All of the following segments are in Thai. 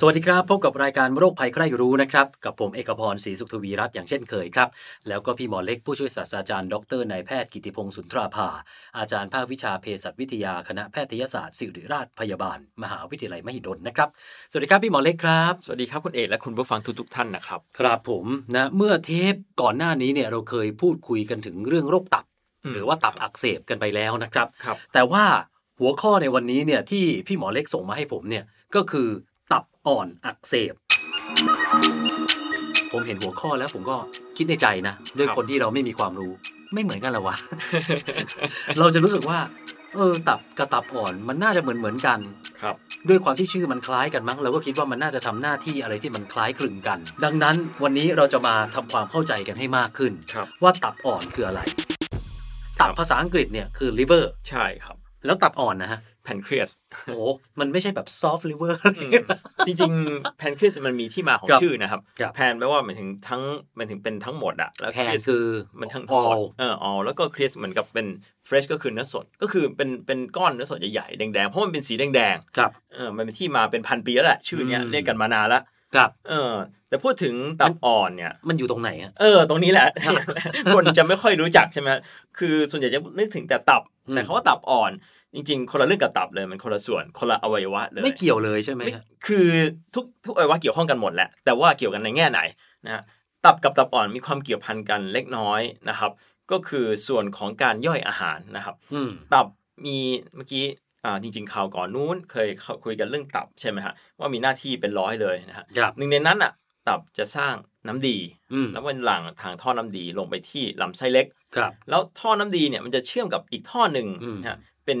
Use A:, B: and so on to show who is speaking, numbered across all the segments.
A: สวัสดีครับ พบกับรายการโรคภัยใครรู้นะครับ กับผมเอกพรศรีสุขทวีรัตน์อย่างเช่นเคยครับ แล้วก็พี่หมอเล็กผู้ช่วยศาสตราจารย์ดรนายแพทย์กิติพงศ์สุนทราภา อาจารย์ภาควิชาเภสัชวิทยาคณะแพทยศาสตร์ศิริราชพยาบาล มหาวิทยาลัยมหิดลนะครับ สวัสดีครับพี่หมอเล็กครับ
B: สวัสดีครับคุณเอกและคุณผู้ฟังทุกๆท่านนะครับ
A: ครับผมนะเมื่อเทปก่อนหน้านี้เนี่ยเราเคยพูดคุยกันถึงเรื่องโรคตับ
B: อืม
A: หรือว่าตับอักเสบกันไปแล้วนะครับ
B: ครับ
A: แต่ว่าหัวข้อในวันนี้เนี่ยที่พี่หมอเล็กส่งมาให้ผมเนี่ยก็คือตับอ่อนอักเสบ ผมเห็นหัวข้อแล้วผมก็คิดในใจนะ ด้วย
B: ครับ
A: คนที่เราไม่มีความรู้ไม่เหมือนกันเหรอ วะ เราจะรู้สึกว่า เออตับกับตับอ่อนมันน่าจะเหมือนเหมือนๆกัน
B: ครับ
A: ด้วยความที่ชื่อมันคล้ายกันมั้งเราก็คิดว่ามันน่าจะทำหน้าที่อะไรที่มันคล้ายคลึงกัน ดังนั้นวันนี้เราจะมาทำความเข้าใจกันให้มากขึ้น
B: ครับ
A: ว่าตับอ่อนคืออะไร ตับภาษาอังกฤษเนี่ยคือ liver
B: ใช่ครับ
A: แล้วตับอ่อนนะฮะ
B: แพนเครียส
A: โอ้มันไม่ใช่แบบ soft liver
B: จริงๆแพนเครียสมันมีที่มาของ
A: ครับ
B: ชื่อนะครับ
A: ครับ
B: แพนแปลว่าหมายถึงทั้งหมันถึงเป็นทั้งหมดอะแล้ว
A: แพน
B: Creas
A: คือ
B: มันทั้ง
A: ออ
B: หมด
A: ล
B: เออออแล้วก็เครียสเหมือนกับเป็นเฟรชก็คือเนื้อสด ก็คือเป็นเป็นก้อนเนื้อสดใหญ่ๆแดงๆเพราะมันเป็นสีแดง
A: ครับ
B: ๆเออมันเป็นที่มาเป็นพันปีแล้วแหละชื่อเนี้ย
A: อืม
B: เรียกกันมานานละ
A: ครับ
B: เออ แต่พูดถึงตับอ่อนเนี่ย
A: มันอยู่ตรงไหนอะ
B: เออ ตรงนี้แหละ คนจะไม่ค่อยรู้จักใช่ไหมคือส่วนใหญ่จะนึกถึงแต่ตับ
A: อืม
B: แต่เขาว่าตับอ่อน จริง ๆ คนละเรื่องกับตับเลย มันคนละส่วน คนละอวัยวะเลย
A: ไม่เกี่ยวเลยใช่ไหม
B: ไม่
A: ฮะ
B: คือทุกทุกอวัยวะเกี่ยวข้องกันหมดแหละ แต่ว่าเกี่ยวกันในแง่ไหนนะฮะ ตับกับตับอ่อนมีความเกี่ยวพันกันเล็กน้อยนะครับ ก็คือส่วนของการย่อยอาหารนะครับ
A: อืม
B: ตับมีเมื่อกี้อ่าจริง ๆข่าวก่อนนู้นเคยเข้าคุยกันเรื่องตับใช่ไหมฮะ ว่ามีหน้าที่เป็นร้อยเลยนะฮะ
A: ครับ
B: หนึ่งในนั้นอ่ะ ตับจะสร้างน้ำดี
A: อืม
B: แล้วมันหลั่งทางท่อน้ำดีลงไปที่ลำไส้เล็ก
A: ครับ
B: แล้วท่อน้ำดีเนี่ยมันจะเชื่อมกับอีกท่อหนึ่ง
A: อืม
B: นะฮะเป็น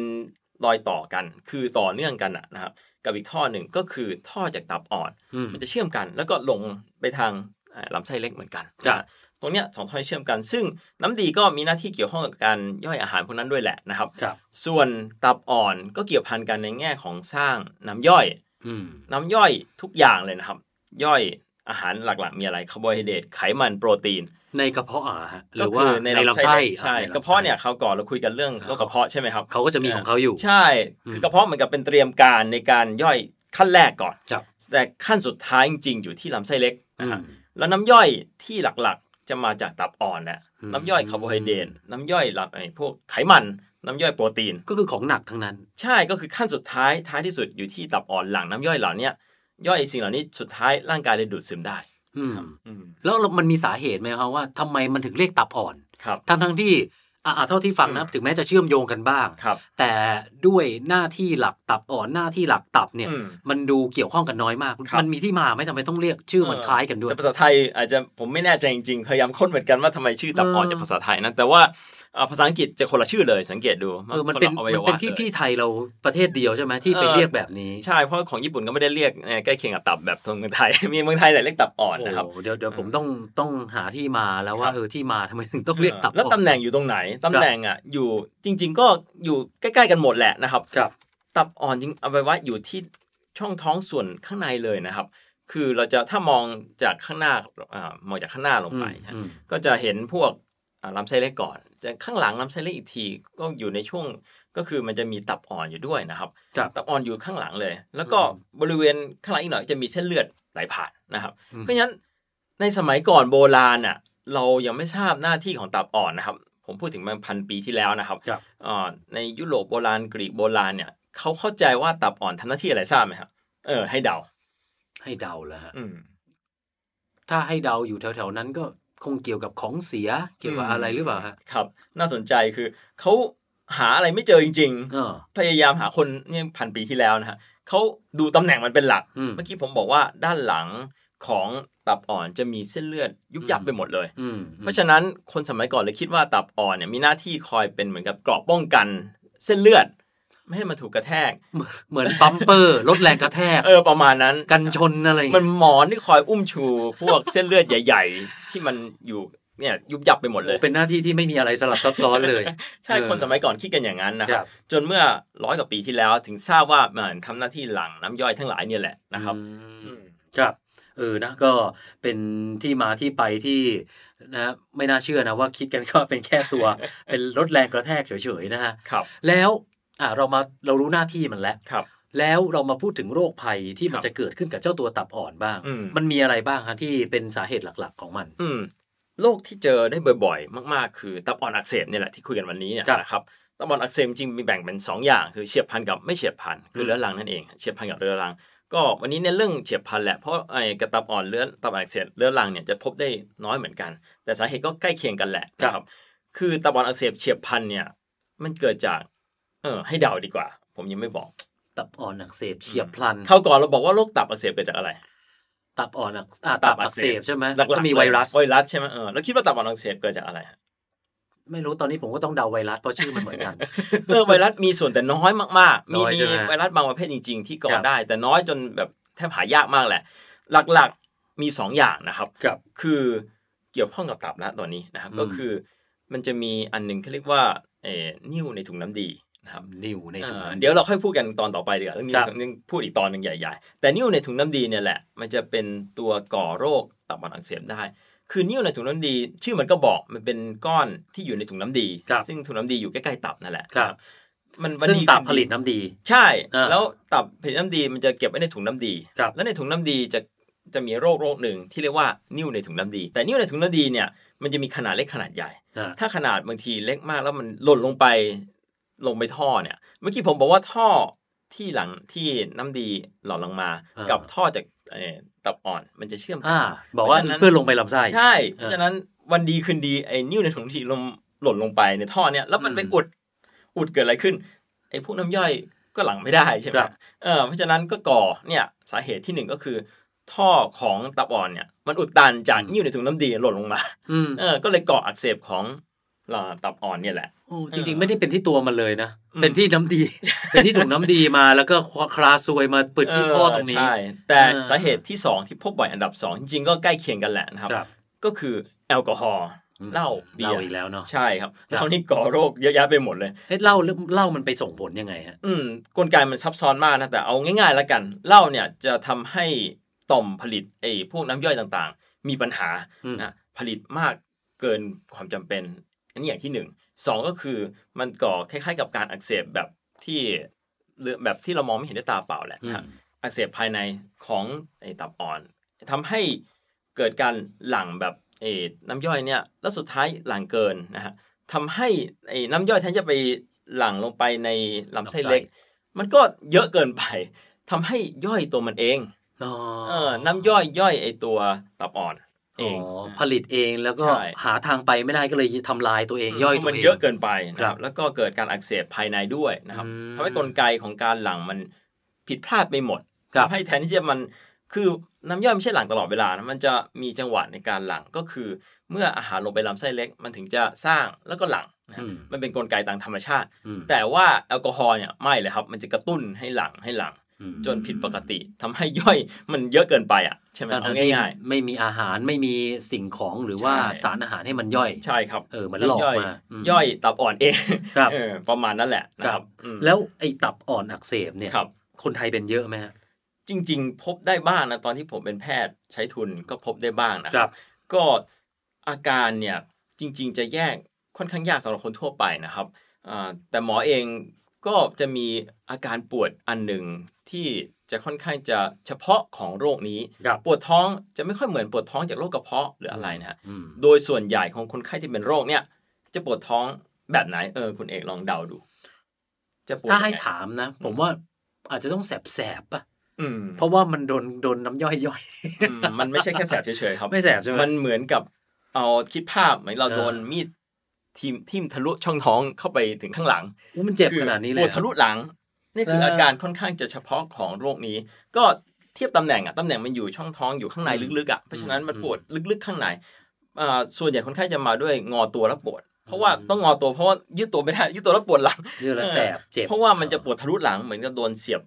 B: รอยต่อกันคือต่อเนื่องกันอะนะครับกับอีกท่อหนึ่งก็คือท่อจากตับอ่อน
A: อืม
B: มันจะเชื่อมกันแล้วก็ลงไปทางเอ่อลำไส้เล็กเหมือนกัน
A: ครับ
B: นะฮะตรงเนี้ยสองท่อเชื่อมกัน ซึ่งน้ำดีก็มีหน้าที่เกี่ยวข้องกับการย่อยอาหารพวกนั้นด้วยแหละนะครับ
A: ครับ
B: ส่วนตับอ่อนก็เกี่ยวพันกันในแง่ของสร้างน้ำย่อย
A: อืม
B: น้ำย่อยทุกอย่างเลยนะครับ ย่อยอาหารหลักๆ มีอะไรคาร์โบไฮเดรตไขมันโปรตีน
A: ในกระเพาะอ่ะฮะห
B: ก็
A: รือ
B: คื
A: ว่า
B: อ
A: ในลำไส้
B: ใช่
A: อ่ในลำไส้
B: กระเพาะเนี่ยเขาวก่อนเราคุยกันเรื่อง
A: อ่า
B: โรคกระเพาะใช่ไหมครับ
A: เขาก็จะมีของเขาอยู่
B: ใช่
A: อืม
B: คือกระเพาะเหมือนกับเป็นเตรียมการในการย่อยขั้นแรกก่อน
A: ครับ
B: แต่ขั้นสุดท้ายจริงๆอยู่ที่ลำไส้เล็ก
A: อื
B: นะฮะ
A: ม
B: แล้วน้ำย่อยที่หลักๆ จะมาจากตับอ่อนแหละ
A: อืม
B: น้ำย่อยคาร์โบไฮเดรตน้ำย่อยหลักไอ้พวกไขมันน้ำย่อยโปรตีน
A: ก็คือของหนักทั้งนั้น
B: ใช่ก็คือขั้นสุดท้ายท้ายที่สุดอยู่ที่ตับอ่อนหลังน้ำย่อยเหล่าเนี้ยย่อยสิ่งเหล่านี้สุดท้ายร่างกายเลยดูดซึมได้
A: อืม
B: อืม
A: แล้วมันมีสาเหตุไหมครับว่าทำไมมันถึงเรียกตับอ่อน
B: ครับ
A: ทั้งทั้งที่อ่าเท่าที่ฟังนะ
B: อืม
A: ถึงแม้จะเชื่อมโยงกันบ้าง
B: ครับ
A: แต่ด้วยหน้าที่หลักตับอ่อนหน้าที่หลักตับเนี่ย
B: อืม
A: มันดูเกี่ยวข้องกันน้อยมาก
B: ครับ
A: มันมีที่มาไหมทำไมต้องเรียกชื่อมันคล้ายกันด้วย
B: แต่ภาษาไทยอาจจะผมไม่แน่ใจจริงๆพยายามค้นเหมือนกันว่าทำไมชื่อตับอ่อน
A: เออ
B: จากภาษาไทยนะแต่ว่าเอ่อภาษาอังกฤษจะคนละชื่อเลยสังเกตดู
A: เออมันเป็น
B: คละอวัย
A: มัน
B: วะ
A: เป็นที่พี่
B: ลย
A: ไทยเราประเทศเดียวใช่ไหมที่ไป
B: เออ
A: เรียกแบบนี้
B: ใช่เพราะของญี่ปุ่นก็ไม่ได้เรียกเอ่อใกล้เคียงกับตับแบบทางเมืองไทย มีเมืองไทยแต่เรียกตับอ่อนนะครับ
A: โอ้เดี๋ยวเดี๋ยวผมต้องต้องหาที่มาแล้ว
B: ค
A: ว่า
B: รับ
A: เออที่มาทำไมถึงต้องเรียกตับ
B: แล้ว
A: อ่อน
B: ตำแหน่งอยู่ตรงไหนตำแหน่งอ่ะอยู่จริง ๆ ก็อยู่ใกล้ๆกันหมดแหละนะครับ
A: ครับ
B: ตับอ่อนจริงเอาไปว่าอยู่ที่ช่องท้องส่วนข้างในเลยนะครับ คือเราจะถ้ามองจากข้างหน้าอ่ามองจากข้างหน้าลง
A: อื
B: ไป
A: ม
B: นะ
A: อืม
B: ก็จะเห็นพวกอ่าลำไส้เล็กก่อนจะข้างหลังลำไส้เล็กอีกทีก็อยู่ในช่วงก็คือมันจะมีตับอ่อนอยู่ด้วยนะครับ
A: ครับ
B: ตับอ่อนอยู่ข้างหลังเลย แล้วก็
A: อืม
B: บริเวณข้างหลังอีกหน่อยจะมีเส้นเลือดไหลผ่านนะครับ
A: อืม
B: เพราะฉะนั้นในสมัยก่อนโบราณน่ะเรายังไม่ทราบหน้าที่ของตับอ่อนนะครับ ผมพูดถึงมันพันปีที่แล้วนะครับ
A: ครับ
B: อ่าในยุโรปโบราณกรีกโบราณเนี่ยเขาเข้าใจว่าตับอ่อนทำหน้าที่อะไรทราบไหมครับเออให้เดา
A: ให้เดาแล้วฮะ
B: อืม
A: ถ้าให้เดาอยู่แถวๆนั้นก็คงเกี่ยวกับของเสียเกี่ยวกับอะไรหรือเปล่าฮะ
B: ครับ น่าสนใจคือเขาหาอะไรไม่เจอจริง ๆ
A: เออ
B: พยายามหาคนเนี่ยพันปีที่แล้วนะฮะเขาดูตำแหน่งมันเป็นหลัก
A: อืม
B: เมื่อกี้ผมบอกว่าด้านหลังของตับอ่อนจะมีเส้นเลือดยุบยับ
A: อืม
B: ไปหมดเลย
A: อืม
B: เพราะฉะนั้นคนสมัยก่อนเลยคิดว่าตับอ่อนเนี่ยมีหน้าที่คอยเป็นเหมือนกับเกราะป้องกัน เส้นเลือด ไม่ให้มันถูกกระแท ก
A: เหมือนปั๊มเปอร์ลดแรงกระแท ก
B: เออประมาณนั้น
A: กันชนอะไร
B: มันหมอนที่คอยอุ้มชู พวกเส้นเลือดใหญ่ ๆ ที่มันอยู่ เนี่ยยุบยับไปหมดเลย
A: เป็นหน้าที่ที่ไม่มีอะไรสลับซับซ้อนเลย
B: ใช่
A: เออ
B: คนสมัยก่อนคิดกันอย่างนั้นนะค
A: ครับ รับ
B: จนเมื่อร้อยกว่าปีที่แล้วถึงทราบว่ามันทำหน้าที่หลังน้ำย่อยทั้งหลายเนี่ยแหละนะครับ
A: อื
B: อื
A: ม
B: ม
A: ครับเออนะก็เป็นที่มาที่ไปที่นะไม่น่าเชื่อนะว่าคิดกันก็เป็นแค่ตัว เป็นรถแรงกระแทกเฉยๆนะฮะ
B: ครับ
A: แล้วอ่ะเรามาเรารู้หน้าที่มันแล้ว
B: ครับ
A: แล้วเรามาพูดถึงโรคภัยที่มั
B: ค
A: น
B: รับ
A: จะเกิดขึ้นกับเจ้าตัวตับอ่อนบ้าง
B: อืม
A: มันมีอะไรบ้างฮะที่เป็นสาเหตุหลักๆของมัน
B: อืมโรคที่เจอได้บ่อยๆ มากๆ คือตับอ่อนอักเสบเนี่ยแหละที่คุยกันวันนี้เนี่ย
A: ครับ
B: นะครับตับอ่อนอักเสบจริงๆมีแบ่งเป็น 2 อย่าง คือเฉียบพลันกับไม่เฉียบพลันคือเรื้อรังนั่นเองเฉียบพลันกับเรื้อรัง ก็วันนี้เนี่ยเรื่องเฉียบพลันแหละเพราะไอ้กระตับอ่อนเรื้อตับอ่อนอักเสบเรื้อรังเนี่ยจะพบได้น้อยเหมือนกัน แต่สาเหตุก็ใกล้เคียงกันแหละนะครับ คือตับอ่อนอักเสบเฉียบพลันเนี่ยมันเกิดจากเออให้เดาดีกว่า ผมยังไม่บอก
A: ตับอ่อนอักเสบเฉียบพลัน
B: เข้าวก่อนเราบอกว่าโรคตับอักเสบเกิดจากอะไร
A: ตับอ่อนอักอ่ะ
B: ตั
A: ตั
B: บบ อั
A: อั
B: ก
A: ก
B: เส
A: เส
B: บ
A: บใช่ไหม
B: หลัก
A: ก็
B: ๆ
A: มีไวรัส
B: ไวรัสใช่ไหมเออแล้วคิดว่าตับอ่อนอักเสบเกิดจากอะไรฮะ
A: ไม่รู้ตอนนี้ผมก็ต้องเดาไวรัสเพราะชื่อมันเหมือนกัน
B: เออไวรัสมีส่วนแต่น้อยมากๆ มี
A: น้อย
B: มี
A: ใช่ไหม
B: ไวรัสบางประเภทจริง ๆ ที่ก่อ
A: ครับ
B: ได้ แต่น้อยจนแบบแทบหายากมากแหละ หลักๆมี 2 อย่างนะครับ
A: ครับ
B: คือเกี่ยวข้องกับตับละตอนนี้นะครับ ก็คือมันจะมีอันหนึงเขาเรียกว่าเอ่อนิ่วในถุงน้ำดีนะครับ
A: นิ่วในถุง
B: เอ่อ
A: น้ำ
B: เดี๋ยวเราค่อยพูดกันตอนต่อไปเดี๋ยวาเรื่องนี้
A: ครับ
B: เรื่องพูดอีกตอนหนึ่งใหญ่ๆ แต่นิ่วในถุงน้ำดีเนี่ยแหละ มันจะเป็นตัวก่อโรคตับอ่อนอักเสบได้ คือนิ่วในถุงน้ำดี ชื่อมันก็บอกมันเป็นก้อนที่อยู่ในถุงน้ำดี
A: ครับ
B: ซึ่งถุงน้ำดีอยู่ใกล้ๆตับนั่นแหละ
A: ครับ
B: มันวัน
A: ซึ่ง
B: ดี
A: ตับ
B: คืน
A: ผลิตน้ำดี
B: ใช่
A: อ่า
B: แล้วตับผลิตน้ำดีมันจะเก็บไว้ในถุงน้ำดี
A: ครับ
B: แล้วในถุงน้ำดีจะจะมีโรคโรคหนึ่งที่เรียกว่านิ่วในถุงน้ำดี แต่นิ่วในถุงน้ำดีเนี่ยมันจะมีขนาดเล็กขนาดใหญ่
A: อ่ะ
B: ถ้าขนาดบางทีเล็กมากแล้วมันหล่นลงไปลงไปท่อเนี่ย เมื่อกี้ผมบอกว่าท่อที่หลังที่น้ำดีหล่อลงมา
A: อ่ากั
B: กับท่อจากเอ่อตับอ่อนมันจะเชื่อม
A: อ่าบอกว่า
B: เพราะฉะนั้น
A: เพื่อลงไปลำไส้
B: ใช่ เพราะฉะนั้นวันดีคืนดีไอ้นิ้วในถุงทีลมหล่นลงไปในท่อเนี่ยแล้วมันไป
A: อืม
B: อุดอุดเกิดอะไรขึ้นไอ้พวกน้ำย่อยก็หลังไม่ได้ใช่ไหม
A: ครับ
B: เออเพราะฉะนั้นก็ก่อเนี่ยสาเหตุที่หนึ่งก็คือ ท่อของตับอ่อนเนี่ยมันอุดตันจากนิ้วในถุงน้ำดีหล่นลงมา
A: อืม
B: เออก็เลยก่ออักเสบของเอ่อตับอ่อนเนี่ยแหละ
A: โอ้
B: เออ
A: จริงๆ ไม่ได้เป็นที่ตัวมันเลยนะ
B: อืม
A: เป็นที่น้ำดี เป็นที่ถุงน้ำดีมาแล้วก็คลาซวยมาปิดที่ท่อตรงนี้
B: เใช่แต่
A: เออ
B: สาเหตุที่ 2 ที่พบบ่อยอันดับ 2 จริงๆก็ใกล้เคียงกันแหละนะครับ
A: ครับ
B: ก็คือแอลกอฮอล์เหล้าเบีย
A: เล่า
B: ร์
A: อีกแล้วเนาะ
B: ใช่ครับ
A: ครับ
B: เหล้านี่ก่อโรคเยอะแยะไปหมดเลย
A: เฮ้ยเหล่าเหล่ามันไปส่งผลยังไงฮะ
B: อืมกลไกมันซับซ้อนมากนะแต่เอาง่ายๆแล้วกันเหล้าเนี่ยจะทำให้ต่อมผลิตไอ้พวกน้ำย่อยต่างๆ มีปัญหา
A: อืม
B: นะผลิตมากเกินความจำเป็น อันนี้อย่างที่หนึ่งสองก็คือมันก่อคล้ายๆ กับการอักเสบแบบที่เลือแบบที่เรามองไม่เห็นด้วยตาเปล่าแหละนะฮะ อักเสบภายในของไอ้ตับอ่อนทำให้เกิดการหลั่งแบบไอ้น้ำย่อยเนี่ยแล้วสุดท้ายหลั่งเกินนะฮะทำให้ไอ้น้ำย่อยแทนจะไปหลั่งลงไปในลำไส้เล็ก มันก็เยอะเกินไปทำให้ย่อยตัวมันเอง
A: อ๋อ
B: เออน้ำย่อยย่อยไอ้ตัวตับอ่อนเอ
A: อ๋อง ผลิตเองแล้วก็
B: ใช่
A: หาทางไปไม่ได้ก็เลยทำลายตัวเองย่อยตัว
B: มัน
A: เอง
B: เยอะเกินไปนะค
A: ครั
B: รับบแล้วก็เกิดการอักเสบภายในด้วยนะครับ
A: อืม
B: ทำให้กลไกของการหลั่งมันผิดพลาดไปหมด
A: ครับ
B: ทำให้แทนที่จะมันคือน้ำย่อยไม่ใช่หลั่งตลอดเวลานะมันจะมีจังหวะในการหลั่งก็คือ เมื่ออาหารลงไปลำไส้เล็ก มันถึงจะสร้างแล้วก็หลั่งนะฮะ
A: อืม
B: มันเป็นกลไกตามธรรมชาติ
A: อืม
B: แต่ว่าแอลกอฮอล์เนี่ยไม่เลยครับ มันจะกระตุ้นให้หลั่งให้หลั่ง จนผิดปกติทำให้ย่อยมันเยอะเกินไปอ่ะใช่ไหมเอา
A: ทั้งๆที่
B: ง่าย
A: ไม่มีอาหารไม่มีสิ่งของหรือว่า
B: ใช่
A: สารอาหารให้มันย่อย
B: ๆ ใช่ครับ
A: เออมันหลอก
B: ย่ย
A: มาอืม
B: ย่อยตับอ่อนเอง
A: ครับ
B: เออประมาณนั้นแหละนะครับอืม
A: แล้วไอ้ตับอ่อนอักเสบเนี่ย
B: ครับ
A: คนไทยเป็นเยอะไหมฮะ
B: จริง ๆ พบได้บ้างนะตอนที่ผมเป็นแพทย์ใช้ทุนก็พบได้บ้างนะค
A: ครั
B: รับ
A: บ
B: ก็อาการเนี่ยจริง ๆ จะแยกค่อนข้างยากสำหรับคนทั่วไปนะครับอ่าแต่หมอเองก็จะมีอาการปวดอันหนึ่งที่จะค่อนข้างจะเฉพาะของโรคนี้
A: ครับ
B: ปวดท้องจะไม่ค่อยเหมือนปวดท้องจากโรคกระเพาะหรืออะไรนะฮะ
A: อืม
B: โดยส่วนใหญ่ของคนไข้ที่เป็นโรคเนี่ย จะปวดท้องแบบไหนเออคุณเอกลองเดาดู จะปวด
A: ถ้าให้
B: ยังไง
A: ถามนะ ผมว่าอาจจะต้องแสบแสบๆป่ะ
B: อืม
A: เพราะว่ามันโดนโดนน้ำย่อยย่อย
B: อืมมันไม่ใช่แค่แสบเฉยๆครับ
A: ไม่แสบใช่ไหม
B: มันเหมือนกับเอาคิดภาพเหมือนเรา
A: เออ
B: โดนมีดทิมทิมทะลุช่องท้องเข้าไปถึงข้างหลัง
A: อุ๊ยมันเจ็บ
B: คือ
A: ขนาดนี้เลย
B: ปว
A: อะ
B: ดทะลุหลังนี่คือ
A: เออ
B: อาการค่อนข้างจะเฉพาะของโรคนี้ ก็เทียบตำแหน่งอะตำแหน่งมันอยู่ช่องท้องอยู่ข้างใน
A: อืม
B: ลึกๆอะเพราะฉะนั้นมัน
A: อืม
B: ปวดลึกๆข้างในอ่าส่วนใหญ่คนไข้จะมาด้วยงอตัวแล้วปวด เพราะว่าต้องงอตัวเพราะว่ายืดตัวไม่ได้ยืดตัวแล้วปวดหลัง
A: ยืดแล้วแสบเจ็บ
B: เพราะว่ามันจะปวดทะลุหลังเหมือนกับโดนเสียบ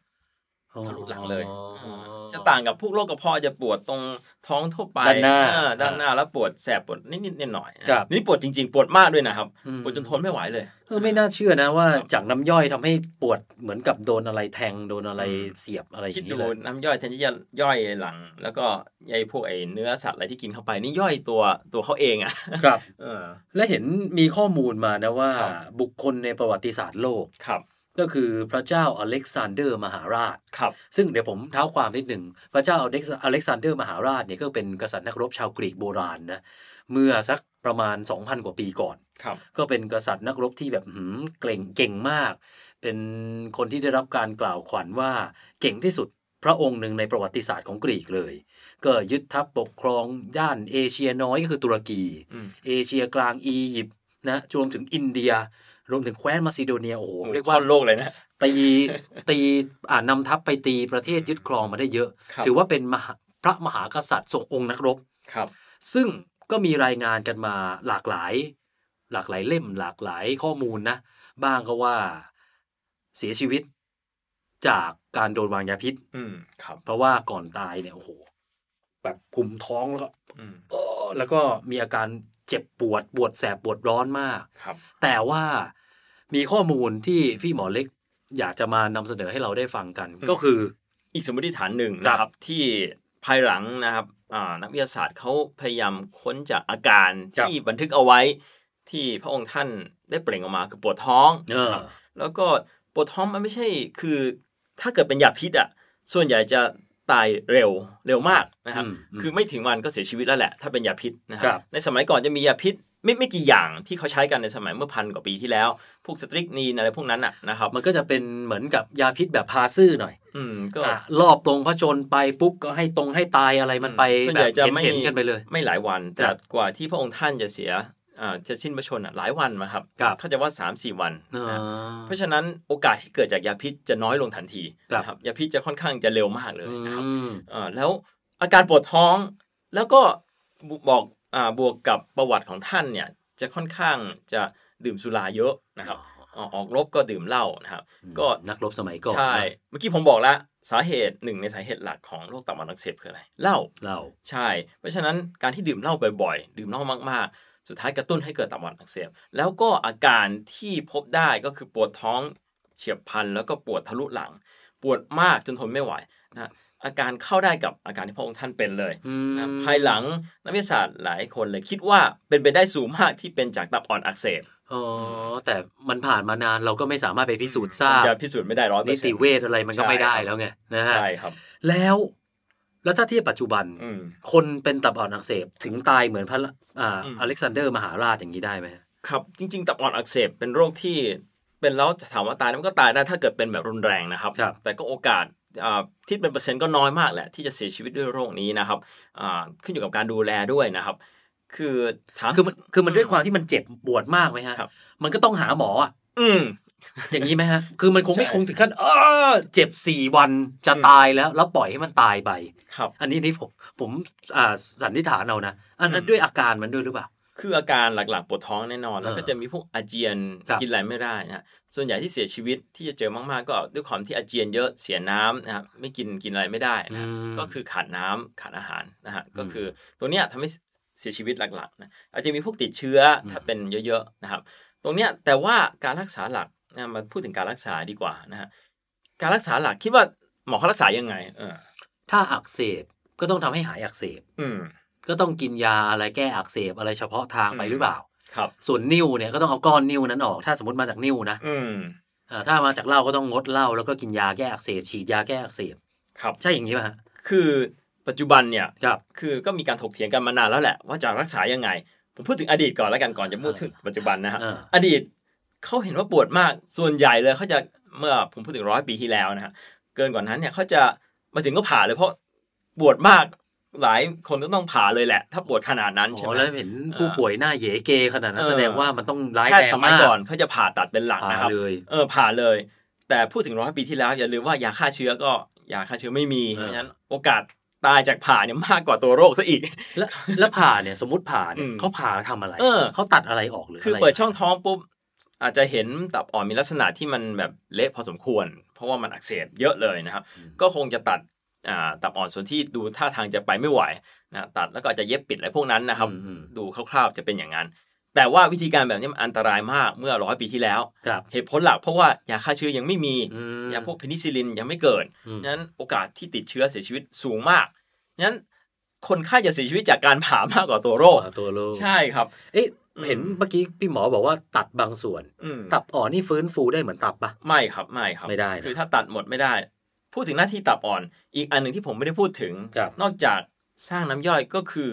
B: ทะลุหลังเลย
A: อ๋อ
B: าจะต่างกับพวกโรคกระเพาะจะปวดตรง ท้องทั่วไป
A: ด้านหน้า
B: เออด้านหน้าแล้วปวดแสบปวดนิดๆหน่อยๆนะครับ นี่ปวดจริง ๆ ปวดมากด้วยนะครับ
A: อืม
B: ปวดจนทนไม่ไหวเลย
A: เออไม่น่าเชื่อนะว่าจากน้ำย่อยทำให้ปวดเหมือนกับโดนอะไรแทงโดนอะไร
B: อืม
A: เสียบอะไรอย่า
B: คิด
A: ง
B: ดู
A: นี้เลย
B: น้ำย่อยแทนที่จะย่อยหลัง แล้วก็ไอ้พวกไอ้เนื้อสัตว์อะไรที่กินเข้าไปนี่ย่อยตัวตัวเขาเองอ่ะ
A: ครับ
B: เออ
A: และเห็นมีข้อมูลมานะว่า
B: ครับ
A: บุคคลในประวัติศาสตร์โลก
B: ครับ
A: ก็คือพระเจ้าอเล็กซานเดอร์มหาราช
B: ครับ
A: ซึ่งเดี๋ยวผมเท้าความนิดหนึ่ง พระเจ้าอเล็กซอเล็กซานเดอร์มหาราชเนี่ยก็เป็นกษัตริย์นักรบชาวกรีกโบราณนะเมื่อสักประมาณ 2,000 กว่าปีก่อน
B: ครับ
A: ก็เป็นกษัตริย์นักรบที่แบบอื้อหือเก่งเก่งมาก เป็นคนที่ได้รับการกล่าวขวัญว่าเก่งที่สุดพระองค์หนึ่งในประวัติศาสตร์ของกรีกเลย ก็ยึดทัพปกครองด้านเอเชียน้อยก็คือตุรกี
B: อืม
A: เอเชียกลางอียิปต์นะรวมถึงอินเดีย รวมถึงแคว้นมาซิโดเนียโอ้โห
B: ผม
A: เรี
B: เรี
A: ย
B: ย
A: ก
B: ก
A: ว่า
B: ว่าโลกเลยนะ
A: ตีตีอ่านำทัพไปตีประเทศยึดครองมาได้เยอะ
B: ครับ
A: ถือว่าเป็นมหาพระมหากษัตริย์ทรงองค์นักรบ
B: ครับ
A: ซึ่งก็มีรายงานกันมาหลากหลาย หลากหลายเล่ม หลากหลายข้อมูลนะ บ้างก็ว่าเสียชีวิตจากการโดนวางยาพิษ
B: อืมครับ
A: เพราะว่าก่อนตายเนี่ยโอ้โหแบบคุมท้องแล้วก็
B: อืม
A: เออแล้วก็มีอาการเจ็บปวดปวดแสบปวดร้อนมาก
B: ครับ
A: แต่ว่ามีข้อมูลที่พี่หมอเล็กอยากจะมานำเสนอให้เราได้ฟังกัน
B: อืม
A: ก็คือ
B: อีกสมมติฐานหนึ่ง
A: ครับ
B: นะครับที่ภายหลังนะครับอ่านักวิทยาศาสตร์เขาพยายามค้นจากอาการที่บันทึกเอาไว้ ที่พระองค์ท่านได้เปล่งออกมาคือปวดท้อง
A: เออ
B: ครับแล้วก็ปวดท้องมันไม่ใช่คือถ้าเกิดเป็นยาพิษอ่ะส่วนใหญ่จะตายเร็วเร็วมากนะครับ
A: อืมอืม
B: คือไม่ถึงวันก็เสียชีวิตแล้วแหละถ้าเป็นยาพิษนะค
A: ครั
B: รับ บในสมัยก่อนจะมียาพิษไม่ไม่กี่อย่างที่เขาใช้กันในสมัยเมื่อพันกว่าปีที่แล้ว พวกสตริกนีนอะไรพวกนั้นอ่ะนะครับ
A: มันก็จะเป็นเหมือนกับยาพิษแบบพาซื่อหน่อย
B: อืมก็
A: อ่ะรอบตรงพระชนไปปุ๊บก็ให้ตรงให้ตายอะไรมันไป
B: ส่วน
A: แบ
B: ให
A: บ
B: ญ่จะ
A: เห็น
B: ไม่
A: เห็นๆกันไปเลย
B: ไม่หลายวันแต่
A: ครับ
B: กว่าที่พระองค์ท่านจะเสียอ่าจะสิ้นพระชนม์อ่ะหลายวันมาครับ
A: ครับ
B: เข้าใจว่า3 4 วัน
A: เออ
B: นะเพราะฉะนั้นโอกาสที่เกิดจากยาพิษจะน้อยลงทันที
A: ครับ
B: นะยาพิษจะค่อนข้างจะเร็วมากเลย
A: อื
B: นะครับ
A: ม
B: อ่าแล้วอาการปวดท้องแล้วก็บวบอกอ่าบวกกับประวัติของท่านเนี่ยจะค่อนข้างจะดื่มสุราเยอะนะครับอ่าออกรบก็ดื่มเหล้านะครับ ก็
A: นักรบสมัยก่อน
B: ใช่
A: นะ
B: เมื่อกี้ผมบอกแล้วสาเหตุหนึ่งในสาเหตุหลักของโรคตับอักเสบคืออะไรเหล้า
A: เรา
B: ใช่ เพราะฉะนั้นการที่ดื่มเหล้าบ่อยๆ ดื่มเหล้ามากๆ สุดท้ายกระตุ้นให้เกิดตับอ่อนอักเสบ แล้วก็อาการที่พบได้ก็คือปวดท้องเฉียบพลันแล้วก็ปวดทะลุหลัง ปวดมากจนทนไม่ไหวนะอาการเข้าได้กับอาการที่พระองค์ท่านเป็นเลยนะภายหลังนักวิทยาศาสตร์หลายคนเลยคิดว่าเป็นไปได้สูงมากที่เป็นจากตับอ่อนอักเสบ
A: อ๋อ แต่มันผ่านมานานเราก็ไม่สามารถไปพิสูจน์ทราบ
B: จะพิสูจน์ไม่ได้ร้อยเปอ
A: นิ
B: ร์เซ็น
A: ติ
B: ต์
A: เวชอะไรมันก็ไม่ได้
B: ใช่ครับ
A: แล้วไงนะฮะ
B: ใช่ครับ
A: แล้วแล้วถ้าเทียบปัจจุบัน
B: อืม
A: คนเป็นตับอ่อนอักเสบถึงตายเหมือนพระอ่า
B: อืม
A: อเล็กซานเดอร์มหาราชอย่างนี้ได้ไหมฮะ
B: ครับจริงๆ ตับอ่อนอักเสบเป็นโรคที่เป็นแล้วถามว่าตายมันก็ตายได้ถ้าเกิดเป็นแบบรุนแรงนะครับ
A: ครับ
B: แต่ก็โอกาสอ่าที่เป็นเปอร์เซ็นต์ก็น้อยมากแหละ ที่จะเสียชีวิตด้วยโรคนี้นะครับอ่าขึ้นอยู่กับการดูแลด้วยนะครับ คือถาม
A: คือมันคือมันด้วยความที่มันเจ็บปวดมากไหมฮะ
B: ครับ
A: มันก็ต้องหาหมออะ
B: อืม
A: อย่างนี้ไหมฮะ คือมันคงไม่
B: ใช่
A: คงถึงขั้นเออเจ็บสี่วันจะตายแล้ว แล้วปล่อยให้มันตายไป
B: ครับ
A: อันนี้นี่ผมผมอ่าสันนิษฐานเอานะอันนั้น
B: อืม
A: ด้วยอาการมันด้วยหรือเปล่า
B: คืออาการหลักๆ ปวดท้องแน่นอน แล้วก็
A: เออ
B: จะมีพวกอาเจียน
A: ครับ
B: กินอะไรไม่ได้นะฮะส่วนใหญ่ที่เสียชีวิตที่จะเจอมากๆ ก็ด้วยความที่อาเจียนเยอะเสียน้ำนะครับไม่กินกินอะไรไม่ได้นะฮะ
A: อืม
B: ก็คือขาดน้ำขาดอาหารนะฮะก็คือตัวเนี้ยทำให้เสียชีวิตหลักๆนะอาจจะมีพวกติดเชื้ออ
A: ม
B: ถ้าเป็นเยอะๆนะครับ ตรงเนี้ยแต่ว่าการรักษาหลักนะมาพูดถึงการรักษาดีกว่านะฮะการรักษาหลักคิดว่าหมอเขารักษายังไงเออ
A: ถ้าอักเสบก็ต้องทำให้หายอักเสบ
B: อืม
A: ก็ต้องกินยาอะไรแก้อักเสบอะไรเฉพาะทางไป
B: อืม
A: หรือเปล่า
B: ครับ
A: ส่วนนิ้วเนี่ยก็ต้องเอาก้อนนิ้วนั้นออก ถ้าสมมติมาจากนิ้วนะ
B: อืม
A: อ่าถ้ามาจากเหล้าก็ต้องงดเหล้าแล้วก็กินยาแก้อักเสบฉีดยาแก้อักเสบ
B: ครับ
A: ใช่อย่างนี้ป่ะฮะ
B: คือปัจจุบันเนี่ย
A: ครับ
B: คือก็มีการถกเถียงกันมานานแล้วแหละ ว่าจะรักษายังไง ผมพูดถึงอดีตก่อนแล้วกันก่อนจะพูดถึงปัจจุบันนะฮะ
A: เออ
B: อดีตเขาเห็นว่าปวดมากส่วนใหญ่เลยเขาจะเมื่อผมพูดถึงร้อยปีที่แล้วนะฮะเกินกว่านั้นเนี่ยเขาจะมาถึงก็ผ่าเลยเพราะปวดมากหลายคนก็ต้องผ่าเลยแหละ ถ้าปวดขนาดนั้นใช่ไห
A: อ๋อ
B: ม
A: แล้วเห็นผู้ป่วยหน้าเหยเกขนาดนั้น
B: เออ
A: แสดงว่ามันต้องร้าย
B: แพท
A: แร
B: ย์
A: ง
B: สมัย
A: มาก
B: ก่อนเขาจะผ่าตัดเป็นหลัก
A: ผ่า
B: นะครับ
A: เลย
B: เออผ่าเลย แต่พูดถึงร้อยปีที่แล้วอย่าลืมว่ายาฆ่าเชื้อก็ยาฆ่าเชื้อไม่มี
A: เอ
B: เพ
A: อ
B: ราะฉะนั้นโอกาสตายจากผ่าเนี่ยมากกว่าตัวโรคซะอีก
A: แล้วแล้วผ่าเนี่ยสมมติผ่าเนี่ย
B: อืม
A: เขาผ่าทำอะไร
B: เออ
A: เขาตัดอะไรออกหรือ
B: คือ
A: อะไร
B: เปิดช่องท้องปุ๊บอาจจะเห็นตับอ่อนมีลักษณะที่มันแบบเละพอสมควร เพราะว่ามันอักเสบเยอะเลยนะครับ
A: อืม
B: ก็คงจะตัด อ่าตับอ่อนส่วนที่ดูท่าทางจะไปไม่ไหวนะตัดแล้วก็อาจจะเย็บปิดอะไรพวกนั้นนะครับ
A: อืมอืม
B: ดูคร่าวๆจะเป็นอย่างนั้น แต่ว่าวิธีการแบบนี้มันอันตรายมากเมื่อร้อยปีที่แล้ว
A: ครับ
B: เหตุผลหลักเพราะว่ายาฆ่าเชื้อยังไม่มี
A: อืม
B: ยาพวกเพนิซิลินยังไม่เกิด
A: อืม
B: ฉะนั้นโอกาสที่ติดเชื้อเสียชีวิตสูงมากฉะนั้นคนไข้จะเสียชีวิตจากการผ่ามากกว่าตัวโรค
A: ตัวโลก
B: ใช่ครับ
A: เอ๊ะ
B: อืม
A: เห็นเมื่อกี้พี่หมอบอกว่าตัดบางส่วน
B: อืม
A: ตับอ่อนนี่ฟื้นฟูได้เหมือนตับปะ
B: ไม่ครับไม่ครับ
A: ไม่ได้นะ
B: คือถ้าตัดหมดไม่ได้ พูดถึงหน้าที่ตับอ่อน อีกอันหนึ่งที่ผมไม่ได้พูดถึง
A: ครับ
B: นอกจากสร้างน้ำย่อยก็คือ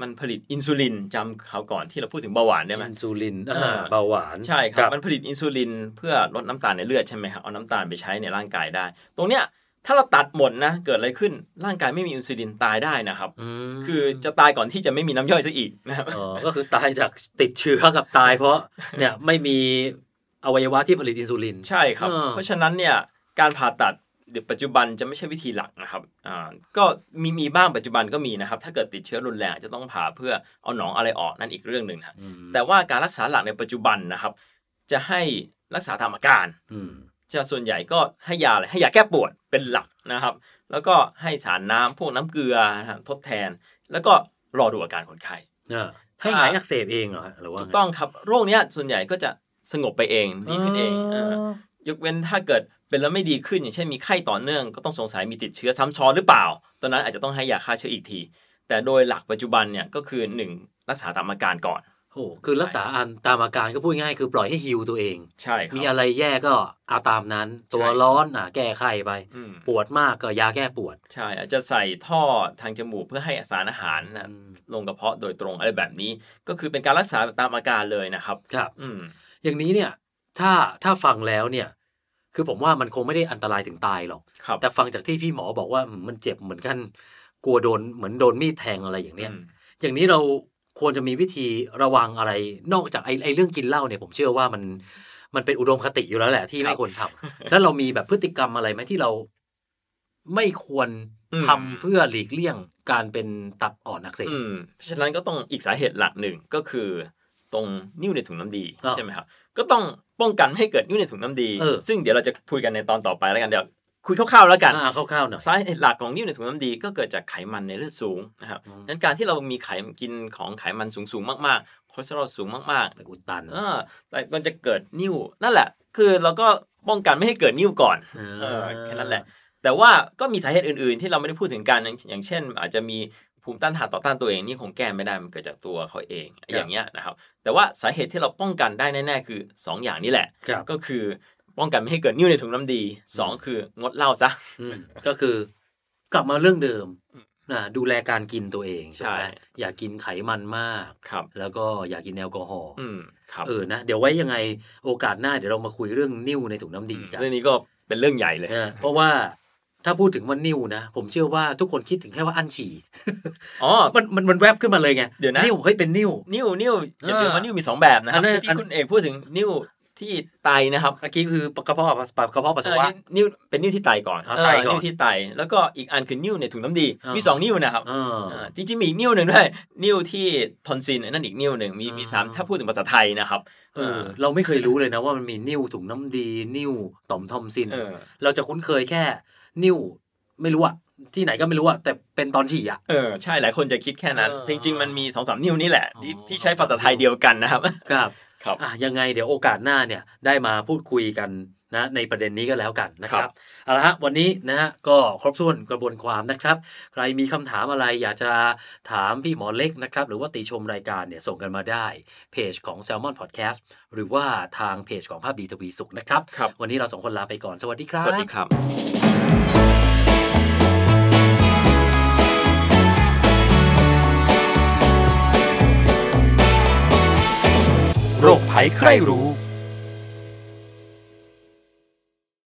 B: มันผลิตอินซูลินจำเขาวก่อนที่เราพูดถึงเบาหวานได้ไหม
A: อินซูลิน
B: อ่า
A: อ่าเบาหวาน
B: ใช่ครับ มันผลิตอินซูลินเพื่อลดน้ำตาลในเลือดใช่ไหมครับ เอาน้ำตาลไปใช้ในร่างกายได้ ตรงเนี้ยถ้าเราตัดหมดนะ เกิดอะไรขึ้น ร่างกายไม่มีอินซูลินตายได้นะครับ
A: อืม
B: คือจะตายก่อนที่จะไม่มีน้ำย่อยซะอีกนะครับ
A: อ๋อก็คือตายจากติดเชื้อกับตาย เพราะเนี่ยไม่มีอวัยวะที่ผลิตอินซูลิน
B: ใช่ครับ
A: อ่า
B: เพราะฉะนั้นเนี่ยการผ่าตัดเดี๋ยวปัจจุบันจะไม่ใช่วิธีหลักนะครับอ่าก็มีมีบ้างปัจจุบันก็มีนะครับ ถ้าเกิดติดเชื้อรุนแรงอาจจะต้องผ่าเพื่อเอาหนองอะไรออกนั่นอีกเรื่องหนึ่งนะ
A: อืม
B: แต่ว่าการรักษาหลักในปัจจุบันนะครับ จะให้รักษาตามอาการ
A: อืม
B: จะส่วนใหญ่ก็ให้ยาอะไรให้ยาแก้ปวดเป็นหลักนะครับ แล้วก็ให้สารน้ำพวกน้ำเกลือนะครับทดแทน แล้วก็รอดูอาการคนไข้
A: อ่าให้หายอักเสบเองเหรอหรือว่า
B: ถูกต้องครับโรคเนี้ยส่วนใหญ่ก็จะสงบไปเองดีขึ้นเองเออ ยกเว้นถ้าเกิดเป็นแล้วไม่ดีขึ้น อย่างเช่นมีไข้ต่อเนื่องก็ต้องสงสัยมีติดเชื้อซ้ำซ้อนหรือเปล่า ตอนนั้นอาจจะต้องให้ยาฆ่าเชื้ออีกที แต่โดยหลักปัจจุบันเนี่ยก็คือ 1 รักษาตามอาการก่อน
A: โอ้คือรักษาอันตามอาการก็พูดง่ายคือปล่อยให้ฮิวตัวเอง
B: ใช่ครับ
A: มีอะไรแย่ก็เอาตามนั้น ตัว
B: ใช่
A: ร้อนอ่ะแก้ไขไป
B: อืม
A: ปวดมากก็ยาแก้ปวด
B: ใช่อาจจะใส่ท่อทางจมูกเพื่อให้สารอาหารนะ
A: อืม
B: ลงกระเพาะโดยตรงอะไรแบบนี้ ก็คือเป็นการรักษาตามอาการเลยนะครับ
A: ครับ
B: อืม
A: อย่างนี้เนี่ยถ้าถ้าฟังแล้วเนี่ย คือผมว่ามันคงไม่ได้อันตรายถึงตายหรอก
B: ครับ
A: แต่ฟังจากที่พี่หมอบอกว่าอืมมันเจ็บเหมือนกัน กลัวโดนเหมือนโดนมีดแทงอะไรอย่างเนี้ย
B: อืม
A: อย่างนี้เราควรจะมีวิธีระวังอะไรนอกจากไอ้ไอ้เรื่องกินเหล้าเนี่ย ผมเชื่อว่ามันมันเป็นอุดมคติอยู่แล้วแหละที่ไม่ควรทำแล้วเรามีแบบพฤติกรรมอะไรไหมที่เราไม่ควรทำเพื่อหลีกเลี่ยงการเป็นตับอ่อนอักเสบ
B: อืมเพราะฉะนั้นก็ต้องอีกสาเหตุหลักหนึ่งก็คือ ตรงนิ้วในถุงน้ำดี
A: อ่ะ
B: ใช่ไหมครับ ก็ต้องป้องกันไม่ให้เกิดนิ้วในถุงน้ำดี
A: เออ
B: ซึ่งเดี๋ยวเราจะคุยกันในตอนต่อไปแล้วกันเดี๋ยวคุยคร่าวๆแล้วกัน
A: อ่าคร่าวๆหน่อย
B: สาเหตุหลักของนิ่วในถุงน้ำดีก็เกิดจากไขมันในเลือดสูงนะครับ
A: อืม
B: งั้นการที่เรามีไขมันกินของไขมันสูงๆมากๆคอเลสเตอรอลสูงมาก
A: ไปอุดตัน
B: ๆเออแต่มันจะเกิดนิ่วนั่นแหละ คือเราก็ป้องกันไม่ให้เกิดนิ่วก่อน เออแค่นั้นแหละ แต่ว่าก็มีสาเหตุอื่น ๆ ที่เราไม่ได้พูดถึงกันอย่างอย่างเช่น อาจจะมีภูมิต้านทานต่อต้านตัวเองนี่คงแก้ไม่ได้มันเกิดจากตัวเขาเองอย่างเงี้ยนะครับ แต่ว่าสาเหตุที่เราป้องกันได้แน่ๆคือสองอย่างนี้แหละ
A: ครับ
B: ก็คือป้องกันไม่ให้เกิดนิ่วในถุงน้ำดีสองคืองดเหล้าซะ
A: อืมก็คือกลับมาเรื่องเดิมนะดูแลการกินตัวเอง
B: ใช่
A: ใช่ไหมอย่ากินไขมันมาก
B: ครับ
A: แล้วก็อย่ากินแอลกอฮอล์
B: อืมครับ
A: เออนะ เดี๋ยวไว้ยังไงโอกาสหน้าเดี๋ยวเรามาคุยเรื่องนิ่วในถุงน้ำดีกัน
B: เรื่องนี้ก็เป็นเรื่องใหญ่เลย
A: เออเพราะว่าถ้าพูดถึงว่านิ่วนะ ผมเชื่อว่าทุกคนคิดถึงแค่ว่าอั้นฉี่
B: อ๋อ
A: มันมันมันแวบขึ้นมาเลยไง
B: เดี๋ยวนะ
A: วเฮ้ยเป็นนิ่ว
B: นิ้วนิ้วอย่า
A: เออ
B: ลืมว่านิ้วมีสองแบบนะครั
A: อั
B: บ
A: นนั้นอั
B: ที่
A: น
B: คุณเอกพูดถึงนิ้วที่ไตนะครับ
A: เมื่อกี้คือกระเพาะปัสสาวะกระเพาะปัสสาวะ
B: เออนิ้วเป็นนิ้วที่ไตก่อน
A: เอา
B: เออ
A: ไตก่อน
B: นิ้วที่ไตแล้วก็อีกอันคือนิ้วในถุงน้ำดี
A: อ่ามี
B: มีสองนิ้วนะครับ
A: เออ
B: เออจริงๆมีอีกนิ้วหนึ่งด้วยนิ้วที่ทอนซิลนั่นอีกนิ้วหนึ่งมีมี
A: อ่า
B: สามถ้าพูดถึงภาษาไทยนะครับ
A: เออ เราไม่เคยรู้เลยนะว่ามันมีนิ่วถุงน้ำดี นิ่วต่อมทอมซิน
B: เออ
A: เราจะคุ้นเคยแค่ นิ้วไม่รู้อะที่ไหนก็ไม่รู้อะแต่เป็นตอนฉี่อะ
B: เออใช่หลายคนจะคิดแค่นั้น
A: เออ
B: จริง ๆ มันมีสองสามนิ้วนี่แหละที่
A: อ๋อ
B: ที่ใช้ภาษาไทยเดียวกันนะครับ
A: ครับ
B: ครับ
A: อ่ะยังไงเดี๋ยวโอกาสหน้าเนี่ยได้มาพูดคุยกันนะในประเด็นนี้ก็แล้วกันนะค
B: ครั
A: รับบ เอาละฮะวันนี้นะฮะก็ครบถ้วนกระบวนความนะครับ ใครมีคำถามอะไรอยากจะถามพี่หมอเล็กนะครับ หรือว่าติชมรายการเนี่ยส่งกันมาได้ เพจของ Salmon Podcast หรือว่าทางเพจของภาพดีทวีสุขนะครับ
B: ครับ
A: วันนี้เราสองคนลาไปก่อนสวัสดีครับ
B: สวัสดีครับ
C: โรคภัยใครรู้